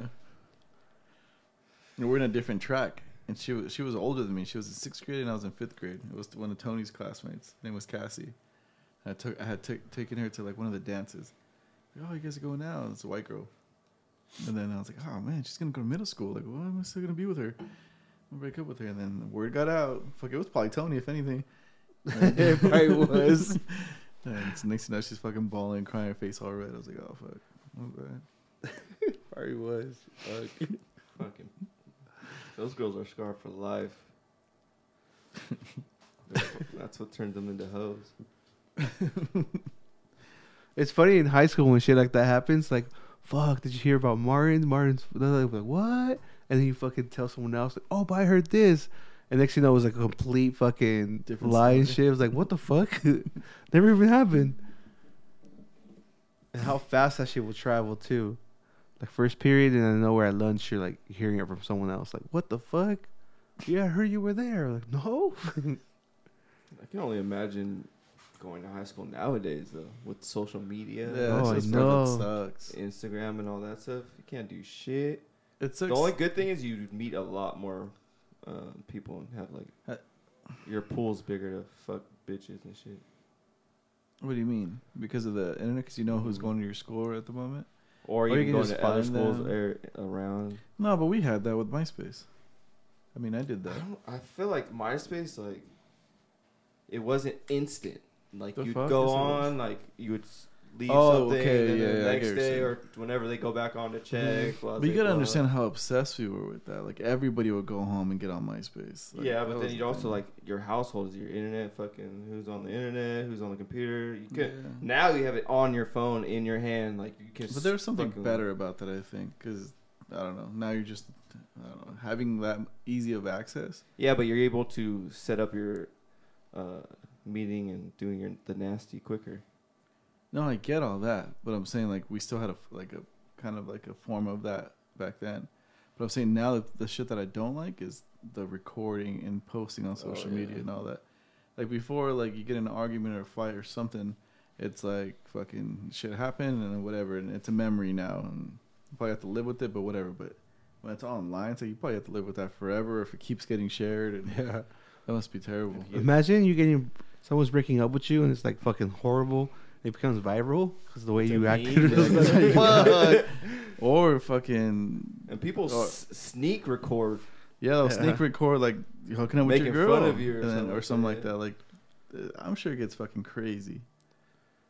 [SPEAKER 1] And we're in a different track, and she was, she was older than me. She was in sixth grade, and I was in fifth grade. It was one of Tony's classmates. Her name was Cassie. I took I had took taken her to like one of the dances. Like, oh, you guys are going out. It's a white girl. And then I was like, oh man, she's gonna go to middle school. Like, well, am I still gonna be with her? I'll break up with her. And then the word got out. Fuck, it was probably Tony, if anything.
[SPEAKER 2] It probably was.
[SPEAKER 1] and so next thing you know, she's fucking bawling, crying, her face all red. I was like, oh fuck, my bad.
[SPEAKER 2] Probably was. Fuck.
[SPEAKER 3] Fucking. Those girls are scarred for life. That's what turned them into hoes.
[SPEAKER 2] It's funny in high school when shit like that happens. Like, fuck, did you hear about Martin? Martin's they're like, what? And then you fucking tell someone else, like, oh, but I heard this. And next thing you know, it was like a complete fucking
[SPEAKER 1] Different
[SPEAKER 2] lie and
[SPEAKER 1] story.
[SPEAKER 2] shit. It was like, what the fuck? Never even happened. And how fast that shit will travel too. Like first period, and I know we're at lunch. You're like hearing it from someone else. Like, what the fuck? Yeah, I heard you were there. Like, no.
[SPEAKER 3] I can only imagine going to high school nowadays though, with social media,
[SPEAKER 1] Yeah,
[SPEAKER 2] Oh, I
[SPEAKER 1] that shit fucking
[SPEAKER 2] know.
[SPEAKER 1] sucks.
[SPEAKER 3] Instagram, and all that stuff. You can't do shit.
[SPEAKER 1] It
[SPEAKER 3] The
[SPEAKER 1] sucks.
[SPEAKER 3] only good thing is you meet a lot more uh, people and have like your pool's bigger to fuck bitches and shit.
[SPEAKER 1] what do you mean? Because of the internet? Because you know who's
[SPEAKER 3] Mhm.
[SPEAKER 1] going to your school at the moment?
[SPEAKER 3] Or, you can go
[SPEAKER 1] just
[SPEAKER 3] to other
[SPEAKER 1] find
[SPEAKER 3] schools
[SPEAKER 1] them.
[SPEAKER 3] ar- around.
[SPEAKER 1] No, but we had that with MySpace. I mean, I did
[SPEAKER 3] I
[SPEAKER 1] that.
[SPEAKER 3] don't. I feel like MySpace like it wasn't instant. Like
[SPEAKER 1] The
[SPEAKER 3] you'd
[SPEAKER 1] fuck?
[SPEAKER 3] go
[SPEAKER 1] Yes, it was.
[SPEAKER 3] on, like you would s- leave
[SPEAKER 1] Oh,
[SPEAKER 3] something,
[SPEAKER 1] okay,
[SPEAKER 3] and then
[SPEAKER 1] yeah, yeah, I
[SPEAKER 3] the
[SPEAKER 1] get
[SPEAKER 3] next
[SPEAKER 1] what you're
[SPEAKER 3] day
[SPEAKER 1] saying.
[SPEAKER 3] or whenever they go back on to check. blah,
[SPEAKER 1] But you
[SPEAKER 3] blah,
[SPEAKER 1] gotta
[SPEAKER 3] blah.
[SPEAKER 1] understand how obsessed we were with that. Like everybody would go home and get on MySpace. Like,
[SPEAKER 3] yeah,
[SPEAKER 1] that
[SPEAKER 3] but
[SPEAKER 1] was
[SPEAKER 3] then you'd
[SPEAKER 1] the
[SPEAKER 3] also
[SPEAKER 1] thing.
[SPEAKER 3] like your household is your internet. Fucking who's on the internet? Who's on the computer? You could
[SPEAKER 1] Yeah.
[SPEAKER 3] now you have it on your phone in your hand. Like you can.
[SPEAKER 1] But there was something
[SPEAKER 3] fucking-
[SPEAKER 1] better about that, I think, because I don't know. Now you're just, I don't know, having that easy of access.
[SPEAKER 3] Yeah, but you're able to set up your uh, meeting and doing your the nasty quicker.
[SPEAKER 1] No, I get all that, but I'm saying like we still had a like a kind of like a form of that back then. But I'm saying now that the shit that I don't like is the recording and posting
[SPEAKER 2] Oh,
[SPEAKER 1] on social
[SPEAKER 3] yeah.
[SPEAKER 1] media and all that. Like before, like you get in an argument or a fight or something, it's like fucking shit happened and whatever, and it's a memory now, and you probably have to live with it, but whatever. But when it's online, so you probably have to live with that forever if it keeps getting shared, and
[SPEAKER 2] yeah.
[SPEAKER 1] that must be terrible.
[SPEAKER 2] Imagine you getting someone's breaking up with you and it's like fucking horrible. It becomes viral because the way
[SPEAKER 3] It's a
[SPEAKER 2] you
[SPEAKER 3] meme,
[SPEAKER 2] acted.
[SPEAKER 3] like-
[SPEAKER 2] was like, fuck.
[SPEAKER 1] Or fucking
[SPEAKER 3] And people
[SPEAKER 1] Oh.
[SPEAKER 3] s- sneak record
[SPEAKER 1] Yeah, they'll
[SPEAKER 2] Yeah.
[SPEAKER 1] sneak record like you hooking up
[SPEAKER 3] Making
[SPEAKER 1] with your girl,
[SPEAKER 3] fun of you or
[SPEAKER 1] and then-
[SPEAKER 3] something
[SPEAKER 1] or
[SPEAKER 3] like
[SPEAKER 1] something
[SPEAKER 3] that,
[SPEAKER 1] like
[SPEAKER 3] yeah.
[SPEAKER 1] that. Like, uh, I'm sure it gets fucking crazy.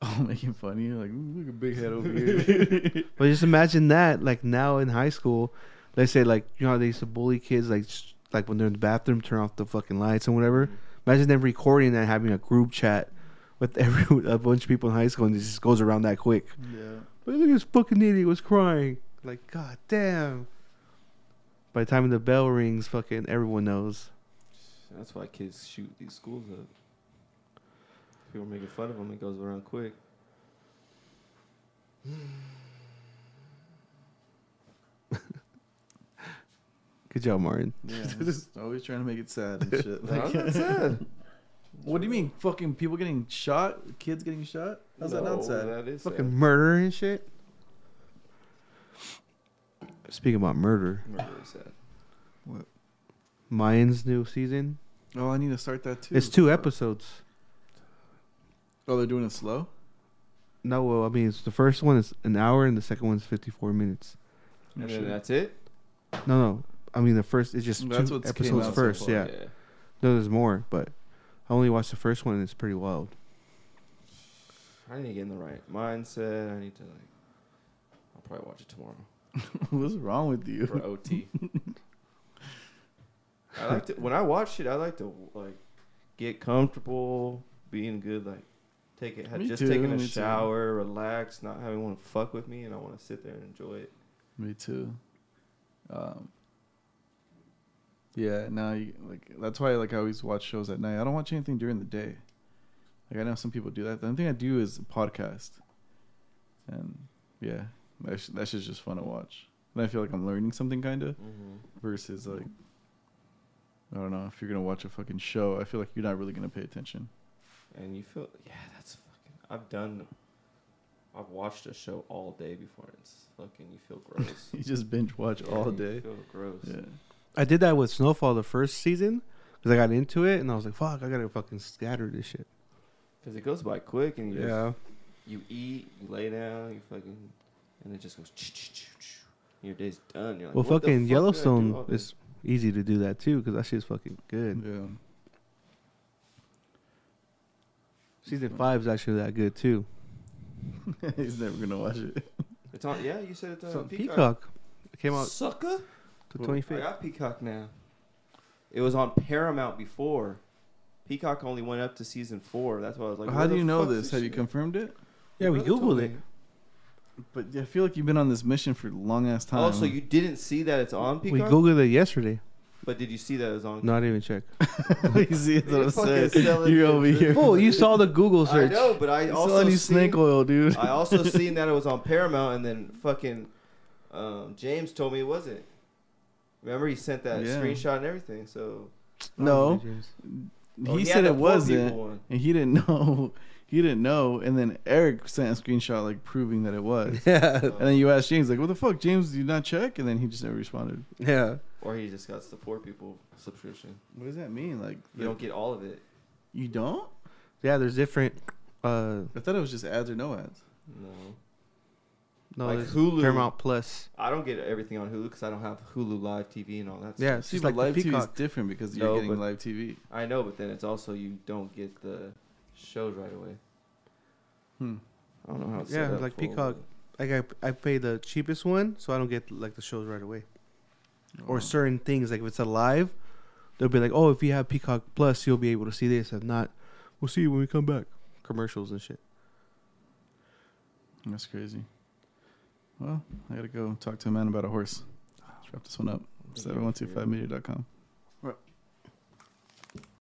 [SPEAKER 1] Oh, making fun of you, like "Ooh, look at big head over here.
[SPEAKER 2] But just imagine that, like now in high school, let's say like you know how they used to bully kids, like sh- like when they're in the bathroom, turn off the fucking lights and whatever. Imagine them recording that, and having a group chat with every with a bunch of people in high school, and it just goes around that quick.
[SPEAKER 1] yeah,
[SPEAKER 2] Like, look at this fucking idiot was crying. Like, god damn. By the time the bell rings, fucking everyone knows.
[SPEAKER 3] That's why kids shoot these schools up. People are making fun of them. It goes around quick.
[SPEAKER 2] Good job, Martin.
[SPEAKER 1] Yeah, just always trying to make it sad and shit.
[SPEAKER 3] Like,
[SPEAKER 1] Like,
[SPEAKER 3] that's sad.
[SPEAKER 1] what do you mean? Fucking people getting shot? Kids getting shot? How's that not sad?
[SPEAKER 3] That is
[SPEAKER 2] Fucking murder and shit. Speaking about murder,
[SPEAKER 3] sad. Murder is sad.
[SPEAKER 2] Mayans new season.
[SPEAKER 1] Oh, I need to start that too.
[SPEAKER 2] It's two episodes.
[SPEAKER 1] Oh, they're doing it slow.
[SPEAKER 2] No, well, I mean, it's the first one is an hour and the second one's fifty-four minutes.
[SPEAKER 1] Oh,
[SPEAKER 3] And
[SPEAKER 1] shit.
[SPEAKER 3] then that's it.
[SPEAKER 2] No, no, I mean the first is just
[SPEAKER 1] That's
[SPEAKER 2] two
[SPEAKER 1] what's came
[SPEAKER 2] episodes
[SPEAKER 1] out so
[SPEAKER 2] first.
[SPEAKER 1] far,
[SPEAKER 2] yeah. no, there's more, but I only watched the first one and it's pretty wild.
[SPEAKER 3] I need to get in the right mindset. I need to like. I'll probably watch it tomorrow
[SPEAKER 1] What's wrong with you?
[SPEAKER 3] for OT. I like to when I watch it. I like to like get comfortable, being good. Like take it. Had
[SPEAKER 1] Me
[SPEAKER 3] just
[SPEAKER 1] too,
[SPEAKER 3] taken a
[SPEAKER 1] me too.
[SPEAKER 3] shower, relax, not having anyone fuck with me, and I want to sit there and enjoy it.
[SPEAKER 1] Me too. Um, yeah, now you, like that's why like I always watch shows at night. I don't watch anything during the day. Like I know some people do that. The only thing I do is a podcast, and yeah, that sh- that shit's just fun to watch. And I feel like I'm learning something kind of versus like I don't know if you're gonna watch a fucking show. I feel like you're not really gonna pay attention.
[SPEAKER 3] And you feel, yeah, that's fucking. I've done. I've watched a show all day before. and It's fucking. You feel gross.
[SPEAKER 1] You just binge watch
[SPEAKER 3] Yeah,
[SPEAKER 1] all
[SPEAKER 3] you
[SPEAKER 1] day.
[SPEAKER 3] Feel gross.
[SPEAKER 1] Yeah,
[SPEAKER 2] I did that with Snowfall the first season because I got into it and I was like, "Fuck, I gotta fucking scatter this shit."
[SPEAKER 3] Because it goes by quick, and you just- you eat, you lay down, you fucking, and it just goes. and Your day's done. You're like,
[SPEAKER 2] Well,
[SPEAKER 3] "What the fuck did I
[SPEAKER 2] fucking
[SPEAKER 3] do all
[SPEAKER 2] Yellowstone
[SPEAKER 3] day?"
[SPEAKER 2] is easy to do that too because that shit's fucking good.
[SPEAKER 1] yeah.
[SPEAKER 2] Season five is actually that good too.
[SPEAKER 1] He's never gonna watch it.
[SPEAKER 3] It's on. Yeah, you said it's on
[SPEAKER 2] So,
[SPEAKER 3] Peacock.
[SPEAKER 2] Peacock it came out
[SPEAKER 3] Sucker.
[SPEAKER 2] the
[SPEAKER 1] Well,
[SPEAKER 2] twenty
[SPEAKER 3] I
[SPEAKER 2] fifth.
[SPEAKER 3] got Peacock now. It was on Paramount before. Peacock only went up to season four. That's why I was like,
[SPEAKER 1] How
[SPEAKER 3] "Where
[SPEAKER 1] do
[SPEAKER 3] the
[SPEAKER 1] you know
[SPEAKER 3] fuck's
[SPEAKER 1] this? Have you
[SPEAKER 3] shit?"
[SPEAKER 1] confirmed it?
[SPEAKER 2] Yeah, we
[SPEAKER 3] Your brother told
[SPEAKER 2] googled it.
[SPEAKER 3] me.
[SPEAKER 1] But I feel like you've been on this mission for long ass time.
[SPEAKER 3] Oh, so you didn't see that it's on
[SPEAKER 2] We
[SPEAKER 3] Peacock?
[SPEAKER 2] googled it yesterday.
[SPEAKER 3] but did you see that it was on?
[SPEAKER 2] No, I didn't even check.
[SPEAKER 1] you see that's what I'm
[SPEAKER 3] Fucking
[SPEAKER 1] saying.
[SPEAKER 3] selling
[SPEAKER 1] You're over
[SPEAKER 3] it,
[SPEAKER 1] here.
[SPEAKER 3] dude.
[SPEAKER 2] Oh, you saw the Google
[SPEAKER 3] I
[SPEAKER 2] search.
[SPEAKER 3] know, but I
[SPEAKER 1] Selling
[SPEAKER 3] also
[SPEAKER 1] you
[SPEAKER 3] seen,
[SPEAKER 1] snake oil, dude.
[SPEAKER 3] I also seen that it was on Paramount, and then fucking um, James told me it wasn't. Remember, he sent that
[SPEAKER 1] Yeah.
[SPEAKER 3] screenshot and everything. So
[SPEAKER 1] No,
[SPEAKER 3] Oh,
[SPEAKER 1] he
[SPEAKER 3] had
[SPEAKER 1] said it
[SPEAKER 3] the poor people
[SPEAKER 1] wasn't,
[SPEAKER 3] one.
[SPEAKER 1] and he didn't know. He didn't know, and then Eric sent a screenshot like proving that it was.
[SPEAKER 2] Yeah,
[SPEAKER 1] And then you asked James, like, "What the fuck, James? Did you not check?" And then he just never responded.
[SPEAKER 2] yeah.
[SPEAKER 3] Or he just got the poor people subscription.
[SPEAKER 1] What does that mean? Like,
[SPEAKER 3] You don't get all of it.
[SPEAKER 1] you don't?
[SPEAKER 2] Yeah, there's different. Uh,
[SPEAKER 1] I thought it was just ads or no ads.
[SPEAKER 3] No,
[SPEAKER 2] no,
[SPEAKER 3] Like
[SPEAKER 2] there's
[SPEAKER 3] Hulu.
[SPEAKER 2] Paramount Plus.
[SPEAKER 3] I don't get everything on Hulu because I don't have Hulu Live TV and all that.
[SPEAKER 2] Yeah,
[SPEAKER 3] stuff.
[SPEAKER 2] it's
[SPEAKER 1] See,
[SPEAKER 2] just
[SPEAKER 1] but
[SPEAKER 2] like
[SPEAKER 1] live
[SPEAKER 2] the
[SPEAKER 1] TV is
[SPEAKER 2] Peacock.
[SPEAKER 1] different because you're
[SPEAKER 3] No,
[SPEAKER 1] getting
[SPEAKER 3] but-
[SPEAKER 1] live TV.
[SPEAKER 3] I know, but then it's also you don't get the shows right away.
[SPEAKER 1] Hmm.
[SPEAKER 3] I don't know how. It's
[SPEAKER 2] Yeah,
[SPEAKER 3] set up
[SPEAKER 2] like
[SPEAKER 3] for-
[SPEAKER 2] Peacock. Like I, I pay the cheapest one, so I don't get like the shows right away. Or certain things, like if it's alive, they'll be like, "Oh, if you have Peacock Plus, you'll be able to see this. If not, we'll see you when we come back." Commercials and shit.
[SPEAKER 1] That's crazy. Well, I gotta go talk to a man about a horse. Let's wrap this one up.
[SPEAKER 3] Thank you,
[SPEAKER 1] 712
[SPEAKER 3] Jared.
[SPEAKER 1] 5 mediacom